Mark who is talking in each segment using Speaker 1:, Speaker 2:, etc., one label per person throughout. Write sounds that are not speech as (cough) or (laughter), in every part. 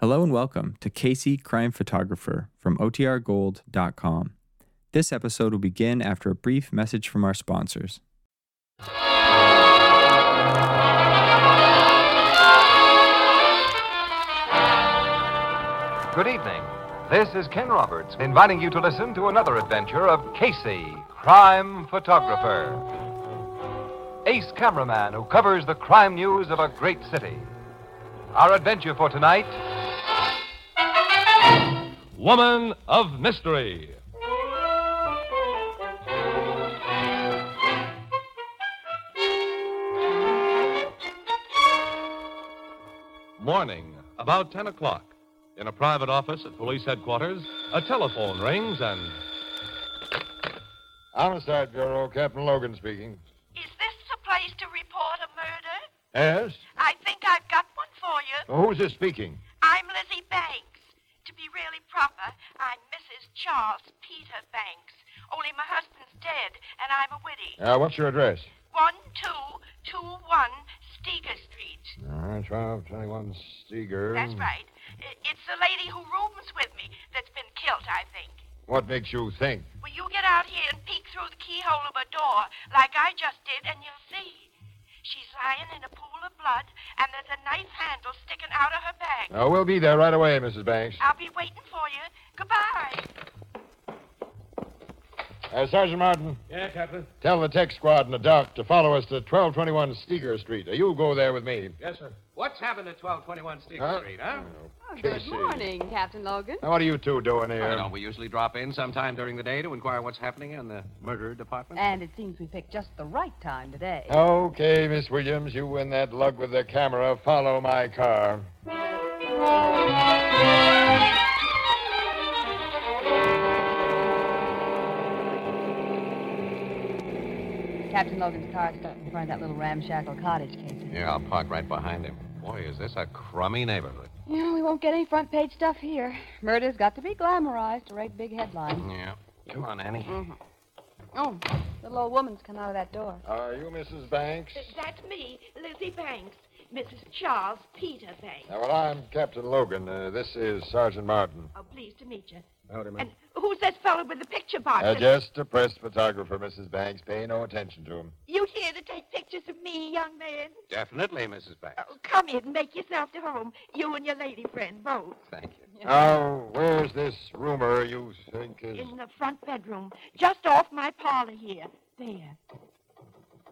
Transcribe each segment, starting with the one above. Speaker 1: Hello and welcome to Casey Crime Photographer from OTRGold.com. This episode will begin after a brief message from our sponsors.
Speaker 2: Good evening. This is Ken Roberts inviting you to listen to another adventure of Casey, crime photographer. Ace cameraman who covers the crime news of a great city. Our adventure for tonight Woman of Mystery. Morning, about 10 o'clock. In a private office at police headquarters, a telephone rings and.
Speaker 3: Homicide Bureau, Captain Logan speaking.
Speaker 4: Is this the place to report a murder?
Speaker 3: Yes?
Speaker 4: I think I've got one for you.
Speaker 3: Who's this speaking?
Speaker 4: I'm Lizzie Banks. To be really proper, I'm Mrs. Charles Peter Banks. Only my husband's dead, and I'm a widdy.
Speaker 3: Uh, what's your address?
Speaker 4: 1221 Steger Street.
Speaker 3: Uh, 1221 Steger.
Speaker 4: That's right. I- It's the lady who rooms with me that's been killed, I think.
Speaker 3: What makes you think?
Speaker 4: Well, you get out here and peek through the keyhole of a door, like I just did, and you'll see. She's lying in a pool of blood, and there's a knife handle sticking out of her bag.
Speaker 3: Uh, we'll be there right away, Mrs. Banks.
Speaker 4: I'll be waiting for you. Goodbye.
Speaker 3: Uh, Sergeant Martin. Yeah, Captain. Tell the tech squad and the doc to follow us to 1221 Steger Street. Uh, you go there with me.
Speaker 5: Yes, sir. What's happened at 1221 Steeper Street, huh?
Speaker 6: Oh,
Speaker 3: Casey.
Speaker 6: good morning, Captain Logan.
Speaker 3: Now, what are you two doing here?
Speaker 5: Don't we usually drop in sometime during the day to inquire what's happening in the murder department?
Speaker 4: Uh,
Speaker 6: And it seems we picked just the right time today.
Speaker 3: Okay, Miss Williams, you and that lug with the camera follow my car.
Speaker 6: Captain Logan's car's stuck in front of that little ramshackle cottage, Casey.
Speaker 5: Yeah, I'll park right behind him. Boy, is this a crummy neighborhood.
Speaker 6: You know, we won't get any front page stuff here. Murder's got to be glamorized to rake big headlines.
Speaker 5: Yeah. Come on, Annie.
Speaker 7: Hmm.
Speaker 6: Oh, little old woman's come out of that door.
Speaker 3: Are you Mrs. Banks?
Speaker 4: That's me, Lizzie Banks, Mrs. Charles Peter Banks.
Speaker 3: Now, well, I'm Captain Logan. Uh, this is Sergeant Martin.
Speaker 4: Oh, pleased to meet you. And who's this fellow with the picture box?
Speaker 3: Uh, just a press photographer, Mrs. Banks. Pay no attention to him.
Speaker 4: You here to take pictures of me, young man?
Speaker 5: Definitely, Mrs. Banks.
Speaker 4: Oh, come in, make yourself to home, you and your lady friend both.
Speaker 5: Thank you.
Speaker 3: Now, where's this rumor you think is.
Speaker 4: In the front bedroom, just off my parlor here. There.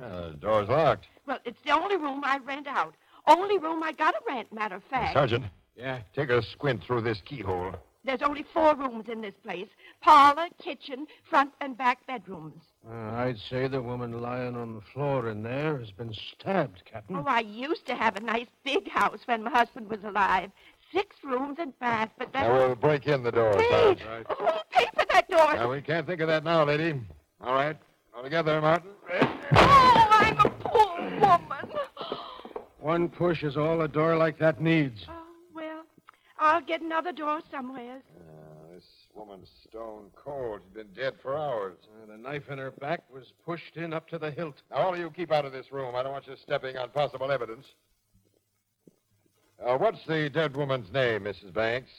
Speaker 3: Uh, the door's locked.
Speaker 4: Well, it's the only room I rent out. Only room I gotta rent, matter of fact.
Speaker 3: Sergeant,
Speaker 5: Yeah.
Speaker 3: take a squint through this keyhole.
Speaker 4: There's only four rooms in this place parlor, kitchen, front, and back bedrooms.
Speaker 7: Uh, I'd say the woman lying on the floor in there has been stabbed,
Speaker 3: Hmm.
Speaker 7: Captain.
Speaker 4: Oh, I used to have a nice big house when my husband was alive. Six rooms and bath, but then.
Speaker 3: Now, we'll break in the door,
Speaker 4: Hey!
Speaker 3: Sergeant.
Speaker 4: Oh, pay for that door.
Speaker 3: Now, we can't think of that now, lady. All right. All together, Martin.
Speaker 4: Oh, I'm a poor woman.
Speaker 7: One push is all a door like that needs.
Speaker 4: Oh, well, I'll get another door somewhere.
Speaker 3: Uh, this woman's stone cold. She's been dead for hours.
Speaker 7: Uh, the knife in her back was pushed in up to the hilt.
Speaker 3: Now, all of you keep out of this room. I don't want you stepping on possible evidence. Uh, what's the dead woman's name, Mrs. Banks?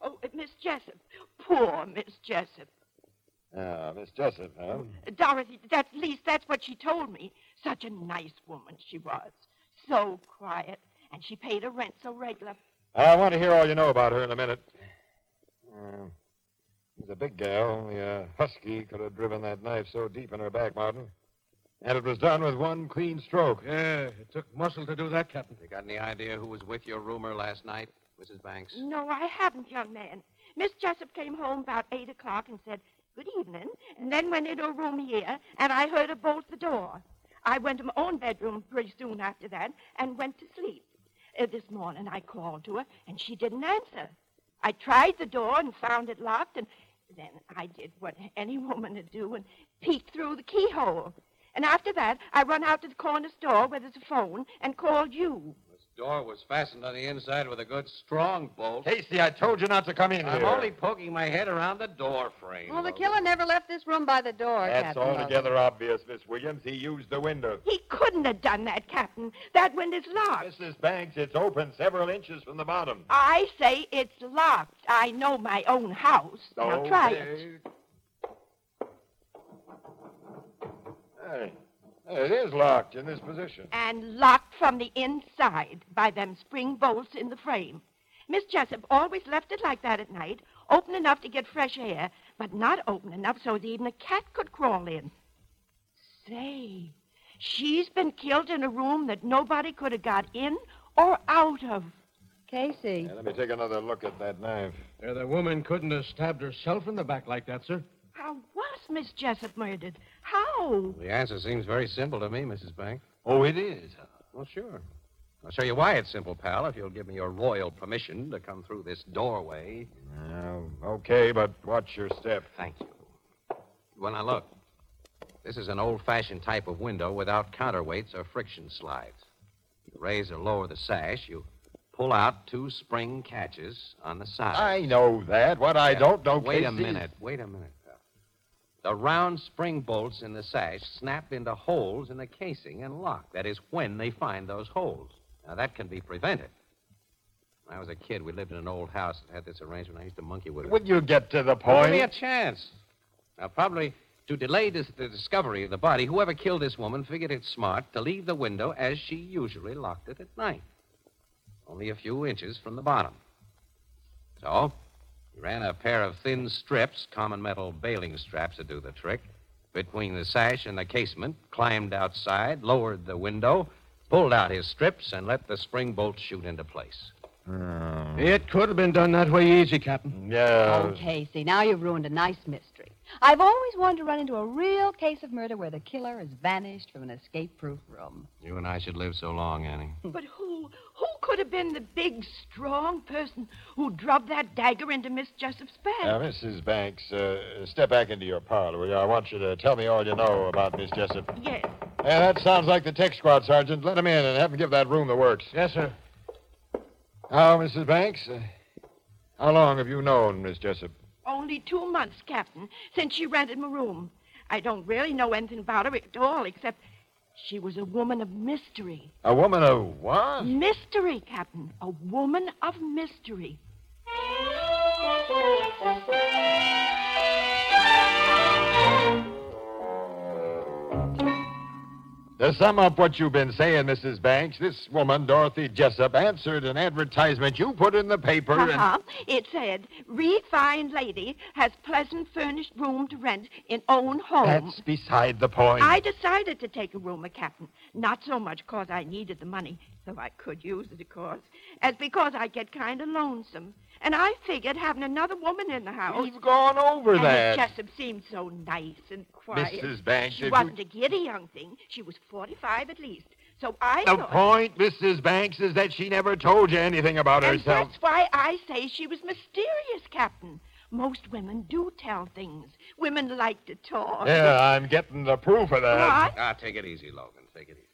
Speaker 4: Oh, uh, Miss Jessup. Poor Miss Jessup.
Speaker 3: Ah, Miss Jessup, huh?
Speaker 4: Dorothy, that, at least that's what she told me. Such a nice woman she was. So quiet. And she paid her rent so regular.
Speaker 3: I want to hear all you know about her in a minute. Uh, she's a big gal. Only a husky could have driven that knife so deep in her back, Martin. And it was done with one clean stroke.
Speaker 7: Yeah, Eh, it took muscle to do that, Captain.
Speaker 5: You got any idea who was with your roomer last night, Mrs. Banks?
Speaker 4: No, I haven't, young man. Miss Jessup came home about 8 o'clock and said, Good evening, and then went into a room here, and I heard her bolt the door. I went to my own bedroom pretty soon after that and went to sleep. Uh, this morning I called to her, and she didn't answer. I tried the door and found it locked, and then I did what any woman would do and peeked through the keyhole. And after that, I run out to the corner store where there's a phone and called you.
Speaker 5: Let's Door was fastened on the inside with a good strong bolt.
Speaker 3: Casey, I told you not to come in
Speaker 5: I'm
Speaker 3: here.
Speaker 5: only poking my head around the door frame.
Speaker 6: Well, the
Speaker 5: Logan.
Speaker 6: killer never left this room by the door,
Speaker 3: That's
Speaker 6: Captain Logan.
Speaker 3: altogether obvious, Miss Williams. He used the window.
Speaker 4: He couldn't have done that, Captain. That window's locked.
Speaker 3: Mrs. Banks, it's open several inches from the bottom.
Speaker 4: I say it's locked. I know my own house. Now try it.
Speaker 3: Hey, it is locked in this position.
Speaker 4: And locked from the inside by them spring bolts in the frame. Miss Jessup always left it like that at night, open enough to get fresh air, but not open enough so that even a cat could crawl in. Say, she's been killed in a room that nobody could have got in or out of.
Speaker 6: Casey.
Speaker 3: Yeah, let me take another look at that knife.
Speaker 7: Yeah, the woman couldn't have stabbed herself in the back like that, sir.
Speaker 4: How was Miss Jessup murdered? How?
Speaker 5: The answer seems very simple to me, Mrs. Banks. Oh, it is? Well, sure. I'll show you why it's simple, pal, if you'll give me your royal permission to come through this doorway.
Speaker 3: Well, Uh, okay, but watch your step.
Speaker 5: Thank you. Well, now look. This is an old fashioned type of window without counterweights or friction slides. You raise or lower the sash, you pull out two spring catches on the side.
Speaker 3: I know that. What I don't know,
Speaker 5: Wait a
Speaker 3: Casey, is-
Speaker 5: minute. Wait a minute, pal. The round spring bolts in the sash snap into holes in the casing and lock. That is when they find those holes. Now, that can be prevented. When I was a kid, we lived in an old house that had this arrangement. I used to monkey with it.
Speaker 3: Would you get to the
Speaker 5: Well, Give me a
Speaker 3: point?
Speaker 5: chance. Now, probably to delay this, the discovery of the body, whoever killed this woman figured it smart to leave the window as she usually locked it at night. Only a few inches from the bottom. So, he ran a pair of thin strips, common metal bailing straps to do the trick, between the sash and the casement, climbed outside, lowered the window, pulled out his strips, and let the spring bolt shoot into place.
Speaker 7: It could have been done that way easy, Captain.
Speaker 3: Yeah.
Speaker 6: Oh, Casey, now you've ruined a nice mystery. I've always wanted to run into a real case of murder where the killer has vanished from an escape-proof room.
Speaker 5: You and I should live so long, Annie.
Speaker 4: But who, who could have been the big, strong person who drubbed that dagger into Miss Jessup's back?
Speaker 3: Now, Mrs. Banks, uh, step back into your parlor, will you? I want you to tell me all you know about Miss Jessup.
Speaker 4: Yes.
Speaker 3: Yeah, that sounds like the tech squad, Sergeant. Let him in and have him give that room the works.
Speaker 7: Yes, sir.
Speaker 3: How, Mrs. Banks? Uh, how long have you known Miss Jessup?
Speaker 4: Only two months, Captain, since she rented my room. I don't really know anything about her at all, except she was a woman of mystery.
Speaker 3: A woman of what?
Speaker 4: Mystery, Captain. A woman of mystery.
Speaker 3: To sum up what you've been saying, Mrs. Banks, this woman, Dorothy Jessup, answered an advertisement you put in the paper and.
Speaker 4: Uh-huh. It said, refined lady has pleasant furnished room to rent in own home.
Speaker 3: That's beside the point.
Speaker 4: I decided to take a roomer, Captain. Not so much 'cause I needed the money, though I could use it, of course, as because I get kind of lonesome. And I figured having another woman in the house.
Speaker 3: We've gone over
Speaker 4: and
Speaker 3: that.
Speaker 4: Miss Jessup seemed so nice and quiet.
Speaker 3: Mrs. Banks,
Speaker 4: She
Speaker 3: if
Speaker 4: wasn't
Speaker 3: you-
Speaker 4: a giddy young thing. She was 45 at least. So I
Speaker 3: The
Speaker 4: thought...
Speaker 3: point, Mrs. Banks, is that she never told you anything about
Speaker 4: And
Speaker 3: herself.
Speaker 4: that's why I say she was mysterious, Captain. Most women do tell things. Women like to talk.
Speaker 3: Yeah, I'm getting the proof of that.
Speaker 4: What?
Speaker 5: Ah, take it easy, Logan. Take it easy.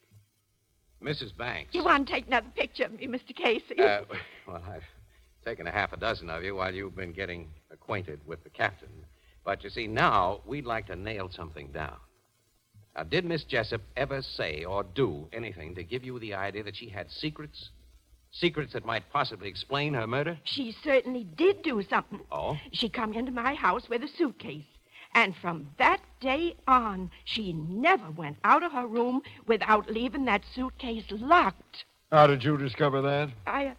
Speaker 5: Mrs. Banks.
Speaker 4: You want to take another picture of me, Mr. Casey?
Speaker 5: Uh, well, I've taken a half a dozen of you while you've been getting acquainted with the captain. But you see, now we'd like to nail something down. Now, did Miss Jessup ever say or do anything to give you the idea that she had secrets? Secrets that might possibly explain her murder?
Speaker 4: She certainly did do something.
Speaker 5: Oh?
Speaker 4: She come into my house with a suitcase. And from that day on, she never went out of her room without leaving that suitcase locked.
Speaker 3: How did you discover that?
Speaker 4: I.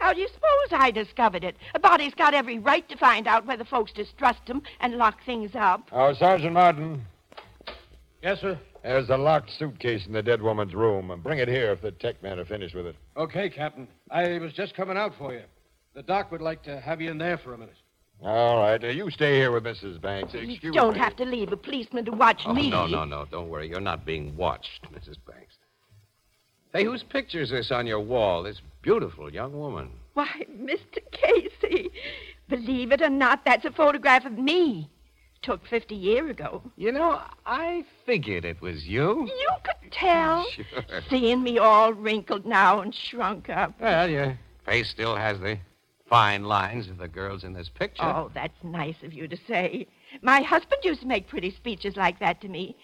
Speaker 4: How do you suppose I discovered it? A body's got every right to find out whether folks distrust 'em and lock things up.
Speaker 3: Oh, Sergeant Martin,
Speaker 7: Yes, sir.
Speaker 3: there's a locked suitcase in the dead woman's room. Bring it here if the tech men are finished with it.
Speaker 7: Okay, Captain. I was just coming out for you. The doc would like to have you in there for a minute.
Speaker 3: All right, uh, you stay here with Mrs. Banks. Excuse
Speaker 4: you don't
Speaker 3: me.
Speaker 4: have to leave a policeman to watch
Speaker 5: Oh,
Speaker 4: me.
Speaker 5: no, no, no. Don't worry. You're not being watched, (laughs) Mrs. Banks. Hey, whose picture is this on your wall? This beautiful young woman.
Speaker 4: Why, Mr. Casey, believe it or not, that's a photograph of me. took 50 year ago.
Speaker 5: You know, I figured it was you.
Speaker 4: You could tell.
Speaker 5: Sure.
Speaker 4: Seeing me all wrinkled now and shrunk up.
Speaker 5: Well, your face still has the fine lines of the girls in this picture.
Speaker 4: Oh, that's nice of you to say. My husband used to make pretty speeches like that to me.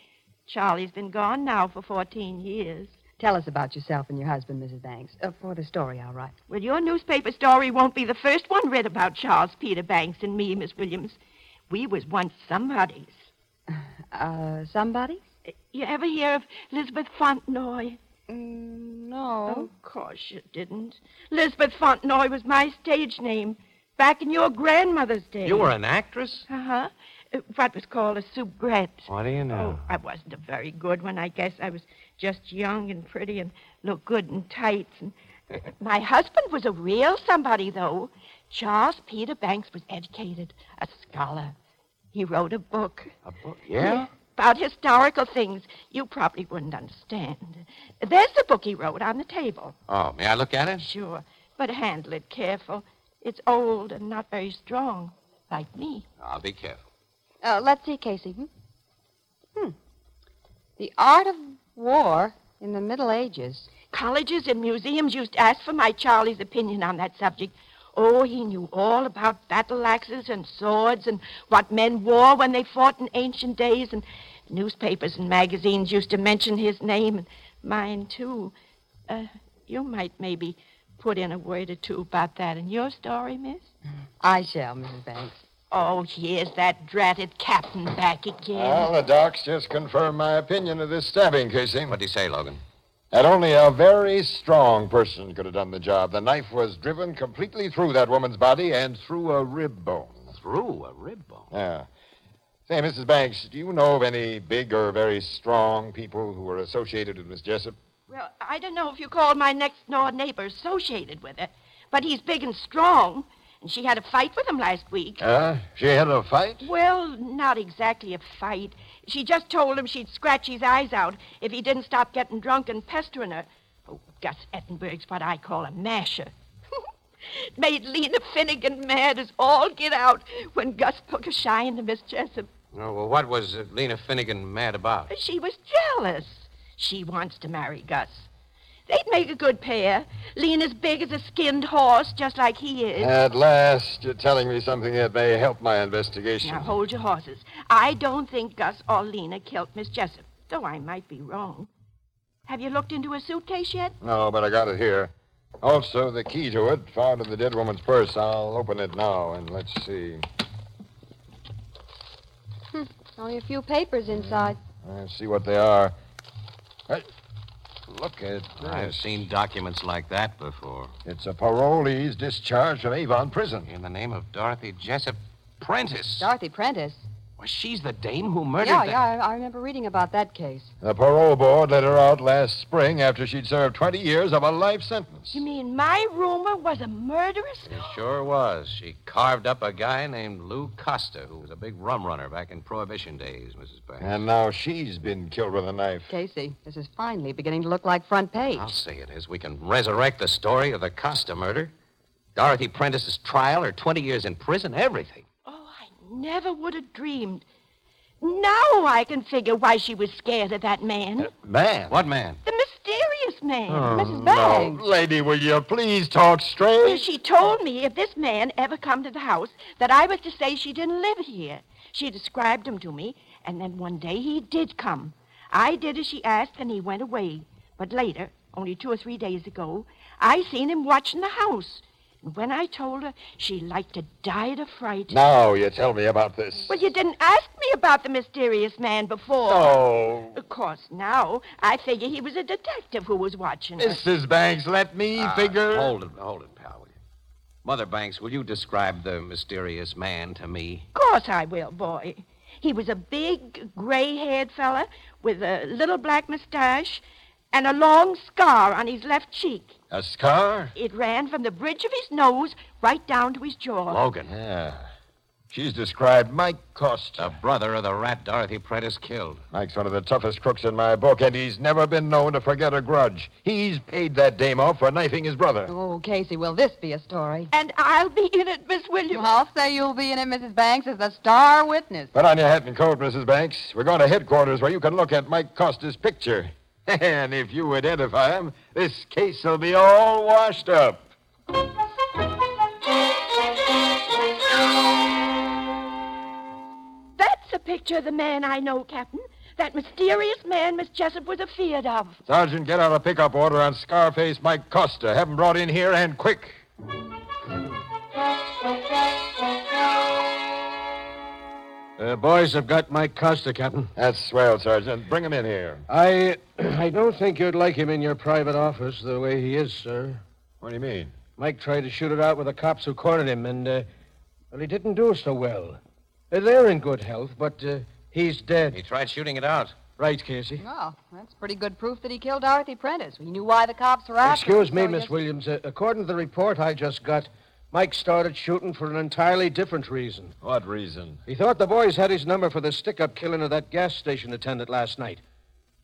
Speaker 4: Charlie's been gone now for 14 years.
Speaker 6: Tell us about yourself and your husband, Mrs. Banks, uh, for the story, all right.
Speaker 4: Well, your newspaper story won't be the first one read about Charles Peter Banks and me, Miss Williams. We was once somebodies.
Speaker 6: Uh, somebody?
Speaker 4: You ever hear of Elizabeth Fontenoy?
Speaker 5: Oh.
Speaker 6: no.
Speaker 4: Oh, Of course you didn't. Elizabeth Fontenoy was my stage name back in your grandmother's day.
Speaker 5: You were an actress?
Speaker 4: Uh-huh. Uh, What was called a soubrette.
Speaker 5: What do you
Speaker 4: Oh,
Speaker 5: know?
Speaker 4: I wasn't a very good one, I guess. I was just young and pretty and looked good in tights. And uh, my husband was a real somebody, though. Charles Peter Banks was educated, a scholar. He wrote a book
Speaker 5: A book? Yeah?
Speaker 4: about historical things you probably wouldn't understand. There's the book he wrote on the table.
Speaker 5: Oh, may I look at it?
Speaker 4: Sure, but handle it careful. It's old and not very strong, like me.
Speaker 5: I'll be careful.
Speaker 6: Uh, let's see, Casey. Hmm? Hmm. The Art of War in the Middle Ages.
Speaker 4: Colleges and museums used to ask for my Charlie's opinion on that subject. Oh, he knew all about battle axes and swords and what men wore when they fought in ancient days. And newspapers and magazines used to mention his name and mine, too. Uh, you might maybe put in a word or two about that in your story, miss.
Speaker 6: I shall, Mrs. Banks.
Speaker 4: Oh, here's that dratted captain back again.
Speaker 3: Well, the docs just confirmed my opinion of this stabbing, Casey.
Speaker 5: What'd he say, Logan?
Speaker 3: That only a very strong person could have done the job. The knife was driven completely through that woman's body and through a rib bone.
Speaker 5: Through a rib bone.
Speaker 3: Yeah. Say, Mrs. Banks, do you know of any big or very strong people who were associated with Miss Jessup?
Speaker 4: Well, I don't know if you call my next door neighbor associated with her, but he's big and strong, and she had a fight with him last week.
Speaker 3: Uh, she had a fight?
Speaker 4: Well, not exactly a fight. She just told him she'd scratch his eyes out if he didn't stop getting drunk and pestering her. Oh, Gus Ettenberg's what I call a masher. (laughs) Made Lena Finnegan mad as all get out when Gus took a shine to Miss Jessup.
Speaker 5: Oh, well, what was uh, Lena Finnegan mad about?
Speaker 4: She was jealous. She wants to marry Gus. They'd make a good pair. Lena's big as a skinned horse, just like he is.
Speaker 3: At last, you're telling me something that may help my investigation.
Speaker 4: now, hold your horses. I don't think Gus or Lena killed Miss Jessup, though I might be wrong. Have you looked into her suitcase yet?
Speaker 3: No, but I got it here. Also, the key to it found in the dead woman's purse. I'll open it now and let's see.
Speaker 6: Only a few papers inside.
Speaker 3: Let's see what they are. Hey, look at
Speaker 5: I've
Speaker 3: this.
Speaker 5: seen documents like that before.
Speaker 3: It's a parolee's discharge from Avon prison.
Speaker 5: In the name of Dorothy Jessup Prentice.
Speaker 6: Dorothy Prentice.
Speaker 5: Well, she's the dame who murdered
Speaker 6: yeah,
Speaker 5: that.
Speaker 6: yeah, I, I remember reading about that case.
Speaker 3: The parole board let her out last spring after she'd served 20 years of a life sentence.
Speaker 4: You mean my rumor was a murderess?
Speaker 5: It sure was. She carved up a guy named Lou Costa, who was a big rum runner back in Prohibition days, Mrs. Banks.
Speaker 3: And now she's been killed with a knife.
Speaker 6: Casey, this is finally beginning to look like front page.
Speaker 5: I'll say it is. We can resurrect the story of the Costa murder. Dorothy Prentice's trial, her 20 years in prison, everything.
Speaker 4: Oh, I never would have dreamed. Now I can figure why she was scared of that man.
Speaker 3: Man.
Speaker 5: What man?
Speaker 4: the mysterious man.
Speaker 6: Mrs. Banks.
Speaker 3: Lady, will you please talk
Speaker 4: Well,
Speaker 3: straight?
Speaker 4: She told me if this man ever come to the house that I was to say she didn't live here. She described him to me, and then one day he did come. I did as she asked, and he went away. But later, only two or three days ago, I seen him watching the house. And when I told her, she liked to die of fright.
Speaker 3: Now you tell me about this.
Speaker 4: Well, you didn't ask me about the mysterious man before.
Speaker 3: Oh,
Speaker 4: Of course, now I figure he was a detective who was watching us.
Speaker 3: Mrs. Banks, let me
Speaker 5: Ah,
Speaker 3: figure.
Speaker 5: Hold it, hold it, pal. will you? Mother Banks, will you describe the mysterious man to me?
Speaker 4: Of course I will, boy. He was a big, gray haired fella with a little black mustache and a long scar on his left cheek.
Speaker 3: A scar?
Speaker 4: It ran from the bridge of his nose right down to his jaw.
Speaker 5: Logan.
Speaker 3: Yeah. She's described Mike Costa.
Speaker 5: The brother of the rat Dorothy Prentice killed.
Speaker 3: Mike's one of the toughest crooks in my book, and he's never been known to forget a grudge. He's paid that dame off for knifing his brother.
Speaker 6: Oh, Casey, will this be a story?
Speaker 4: And I'll be in it, Miss Williams.
Speaker 6: I'll say you'll be in it, Mrs. Banks, as the star witness.
Speaker 3: Put on your hat and coat, Mrs. Banks. We're going to headquarters where you can look at Mike Costa's picture. (laughs) And if you identify him, this case will be all washed up.
Speaker 4: That's a picture of the man I know, Captain. That mysterious man Miss Jessup was afeard of.
Speaker 3: Sergeant, get out a pickup order on Scarface Mike Costa. Have him brought in here and quick.
Speaker 7: The Uh, boys have got Mike Costa, Captain.
Speaker 3: That's swell, Sergeant. Bring him in here.
Speaker 7: I (clears throat) I don't think you'd like him in your private office the way he is, sir.
Speaker 3: What do you mean?
Speaker 7: Mike tried to shoot it out with the cops who cornered him, and uh, well, he didn't do so well. Uh, They're in good health, but uh, he's dead.
Speaker 5: He tried shooting it out.
Speaker 7: Right, Casey.
Speaker 6: Well, that's pretty good proof that he killed Dorothy Prentice. We knew why the cops were after
Speaker 7: Excuse
Speaker 6: him,
Speaker 7: me,
Speaker 6: so
Speaker 7: Miss
Speaker 6: yes-
Speaker 7: Williams. Uh, according to the report I just got, Mike started shooting for an entirely different reason.
Speaker 3: What reason?
Speaker 7: He thought the boys had his number for the stick up killing of that gas station attendant last night.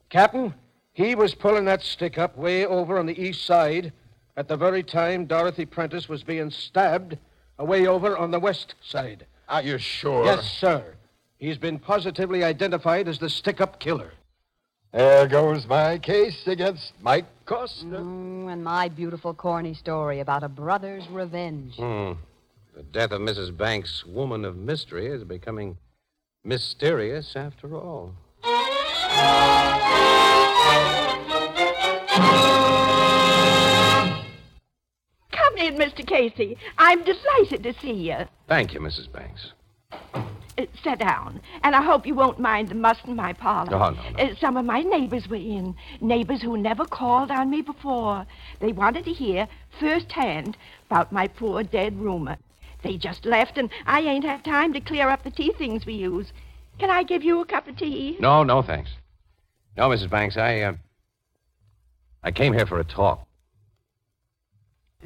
Speaker 7: Captain, he was pulling that stick up way over on the east side at the very time Dorothy Prentice was being stabbed away over on the west side.
Speaker 3: Are you sure?
Speaker 7: Yes, sir. He's been positively identified as the stick up killer.
Speaker 3: There goes my case against Mike Costa.
Speaker 6: Mm, and my beautiful corny story about a brother's revenge.
Speaker 5: Hmm. The death of Mrs. Banks, woman of mystery, is becoming mysterious after all.
Speaker 4: Come in, Mr. Casey. I'm delighted to see you.
Speaker 5: Thank you, Mrs. Banks.
Speaker 4: Uh, sit down. And I hope you won't mind the must in my parlor.
Speaker 5: Oh, No, no, no.
Speaker 4: Uh, some of my neighbors were in. Neighbors who never called on me before. They wanted to hear firsthand about my poor dead roomer. They just left, and I ain't had time to clear up the tea things we use. Can I give you a cup of tea?
Speaker 5: No, no, thanks. No, Mrs. Banks, I, uh, I came here for a talk.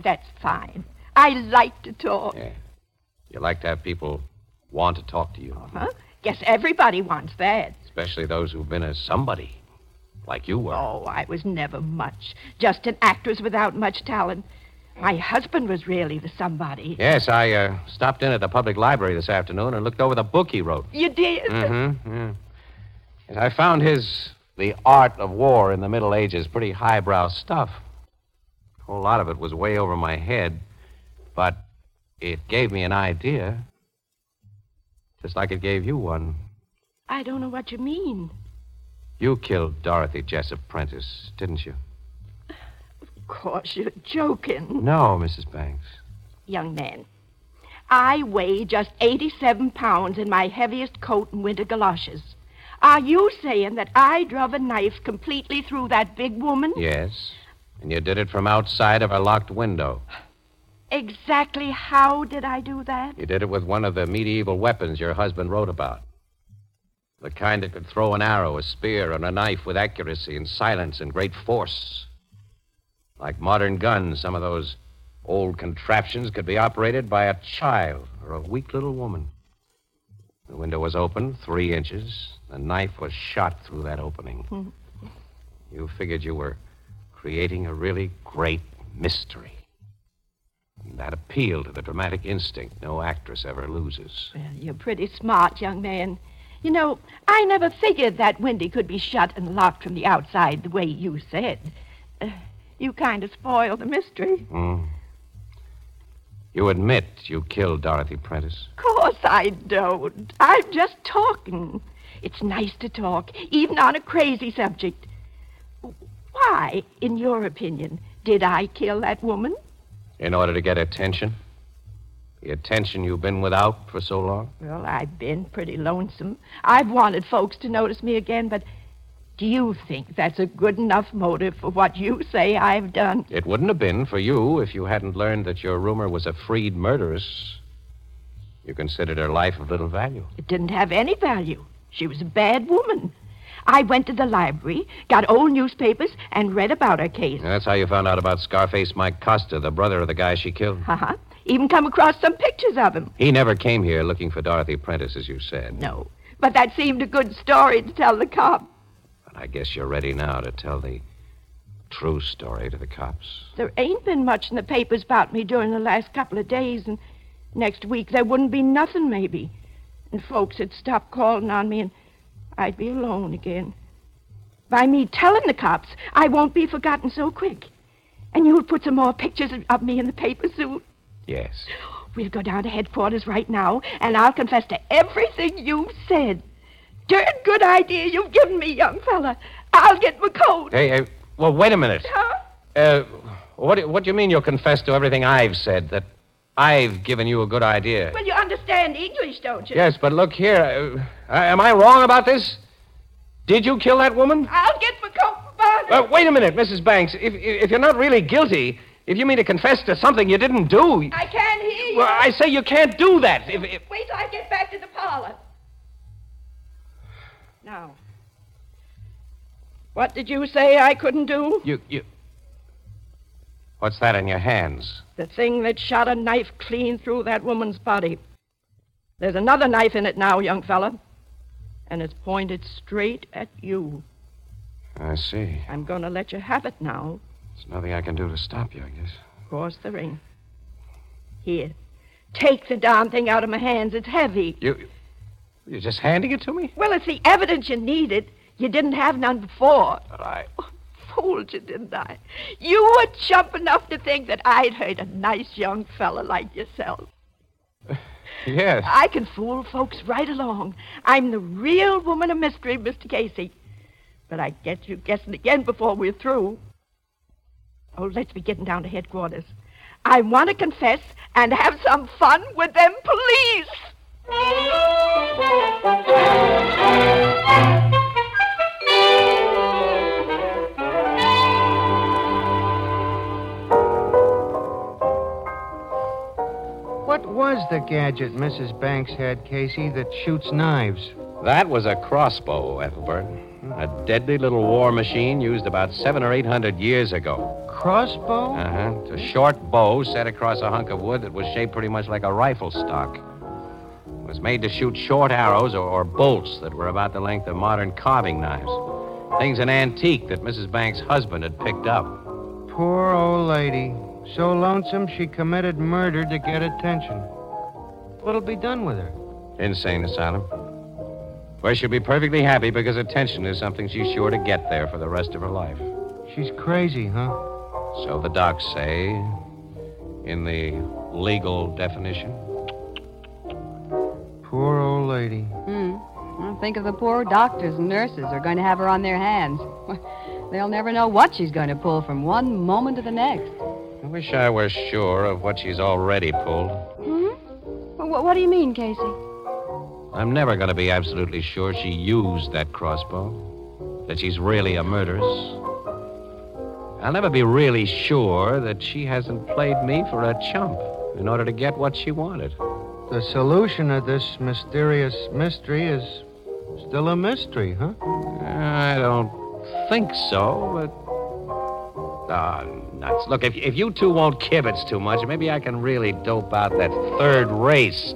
Speaker 4: That's fine. I like to talk.
Speaker 5: Yeah. You like to have people want to talk to you,
Speaker 4: Huh? Guess everybody wants that.
Speaker 5: especially those who've been a somebody, like you were.
Speaker 4: Oh, I was never much. Just an actress without much talent. My husband was really the somebody.
Speaker 5: Yes, I uh, stopped in at the public library this afternoon and looked over the book he wrote.
Speaker 4: You did?
Speaker 5: Mm-hmm. Yeah. Yes, I found his The Art of War in the Middle Ages pretty highbrow stuff. A whole lot of it was way over my head, but it gave me an idea. Just like it gave you one.
Speaker 4: I don't know what you mean.
Speaker 5: You killed Dorothy Jessup Prentice, didn't you?
Speaker 4: Of course, you're joking,
Speaker 5: No, Mrs. Banks.
Speaker 4: young man. I weigh just 87 pounds in my heaviest coat and winter galoshes. Are you saying that I drove a knife completely through that big woman?
Speaker 5: Yes. And you did it from outside of a locked window.
Speaker 4: Exactly how did I do that?
Speaker 5: You did it with one of the medieval weapons your husband wrote about. The kind that could throw an arrow, a spear, and a knife with accuracy and silence and great force. Like modern guns, some of those old contraptions could be operated by a child or a weak little woman. The window was open, three inches. The knife was shot through that opening. you figured you were creating a really great mystery. And that appeal to the dramatic instinct no actress ever loses.
Speaker 4: Well, you're pretty smart, young man. You know, I never figured that Wendy could be shut and locked from the outside the way you said. Uh, you kind of spoiled the mystery.
Speaker 5: Mm. You admit you killed Dorothy Prentice.
Speaker 4: Of course I don't. I'm just talking. It's nice to talk, even on a crazy subject. Why, in your opinion, did I kill that woman?
Speaker 5: In order to get attention? The attention you've been without for so long?
Speaker 4: Well, I've been pretty lonesome. I've wanted folks to notice me again, but do you think that's a good enough motive for what you say I've done?
Speaker 5: It wouldn't have been for you if you hadn't learned that your rumor was a freed murderess. You considered her life of little value.
Speaker 4: It didn't have any value. She was a bad woman. I went to the library, got old newspapers, and read about her case.
Speaker 5: And that's how you found out about Scarface Mike Costa, the brother of the guy she killed.
Speaker 4: Uh huh. Even come across some pictures of him.
Speaker 3: He never came here looking for Dorothy Prentice, as you said.
Speaker 4: No. But that seemed a good story to tell the cop.
Speaker 3: But I guess you're ready now to tell the true story to the cops.
Speaker 4: There ain't been much in the papers about me during the last couple of days, and next week there wouldn't be nothing, maybe. And folks would stop calling on me, and I'd be alone again. By me telling the cops, I won't be forgotten so quick. And you'll put some more pictures of- of me in the paper soon.
Speaker 3: Yes.
Speaker 4: We'll go down to headquarters right now, and I'll confess to everything you've said. Darn good idea you've given me, young fella. I'll get my coat.
Speaker 3: Hey, hey well, wait a minute.
Speaker 4: Huh?
Speaker 3: Uh, what, do- what do you mean you'll confess to everything I've said, that I've given you a good idea?
Speaker 4: Well, you understand English, don't you?
Speaker 3: Yes, but look here. Uh, I- am I wrong about this? Did you kill that woman?
Speaker 4: I'll get my coat for Barney.
Speaker 3: Uh, wait a minute, Mrs. Banks. If, if if you're not really guilty, if you mean to confess to something you didn't do,
Speaker 4: I can't hear you.
Speaker 3: well, I say you can't do that. If, if,
Speaker 4: Wait till I get back to the parlor. Now, what did you say I couldn't do?
Speaker 3: you you. What's that in your hands?
Speaker 4: The thing that shot a knife clean through that woman's body. There's another knife in it now, young fella. And it's pointed straight at you.
Speaker 3: I see.
Speaker 4: I'm going to let you have it now.
Speaker 3: There's nothing I can do to stop you, I guess.
Speaker 4: Of course, there ain't. Here. Take the darn thing out of my hands. It's heavy.
Speaker 3: You. You're just handing it to me?
Speaker 4: Well, it's the evidence you needed. You didn't have none before.
Speaker 3: All right.
Speaker 4: (laughs) Fooled you, didn't I? You were chump enough to think that I'd hurt a nice young fella like yourself.
Speaker 3: Yes.
Speaker 4: I can fool folks right along. I'm the real woman of mystery, Mr. Casey. But I get you guessing again before we're through. Oh, let's be getting down to headquarters. I want to confess and have some fun with them police.
Speaker 7: What was the gadget Mrs. Banks had, Casey, that shoots knives?
Speaker 3: That was a crossbow, Ethelbert. A deadly little war machine used about seven or eight hundred years ago.
Speaker 7: Crossbow?
Speaker 3: Uh huh. It's a short bow set across a hunk of wood that was shaped pretty much like a rifle stock. It was made to shoot short arrows or, or bolts that were about the length of modern carving knives. Things an antique that Mrs. Banks' husband had picked up.
Speaker 7: Poor old lady. So lonesome she committed murder to get attention. What'll be done with her?
Speaker 3: Insane asylum. Where she'll be perfectly happy because attention is something she's sure to get there for the rest of her life.
Speaker 7: She's crazy, huh?
Speaker 3: So the docs say, in the legal definition.
Speaker 7: Poor old lady.
Speaker 6: Hmm. Well, think of the poor doctors and nurses who are going to have her on their hands. (laughs) They'll never know what she's going to pull from one moment to the next.
Speaker 3: I wish I were sure of what she's already pulled.
Speaker 6: Hmm? Well, what, what do you mean, Casey?
Speaker 3: I'm never going to be absolutely sure she used that crossbow, that she's really a murderess. I'll never be really sure that she hasn't played me for a chump in order to get what she wanted.
Speaker 7: The solution of this mysterious mystery is still a mystery, huh?
Speaker 3: I don't think so, but. Ah, nuts. Look, if, if you two won't kibitz too much, maybe I can really dope out that third race.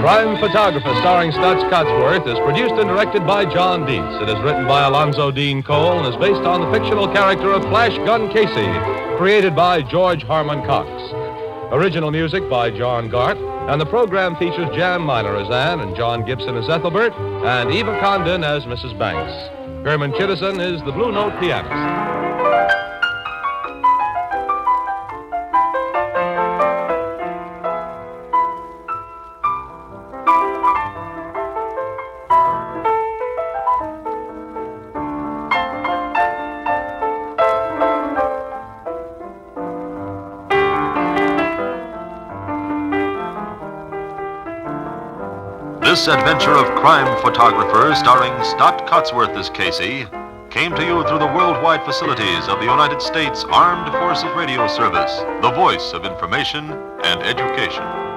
Speaker 8: Crime Photographer, starring Studs Cotsworth, is produced and directed by John Dietz. It is written by Alonzo Dean Cole and is based on the fictional character of Flash Gun Casey, created by George Harmon Cox. Original music by John Garth, and the program features Jan Miner as Anne and John Gibson as Ethelbert and Eva Condon as Mrs. Banks. Herman Chittison is the Blue Note pianist. This adventure of crime photographer starring Stott Cotsworth as Casey came to you through the worldwide facilities of the United States Armed Forces Radio Service, the voice of information and education.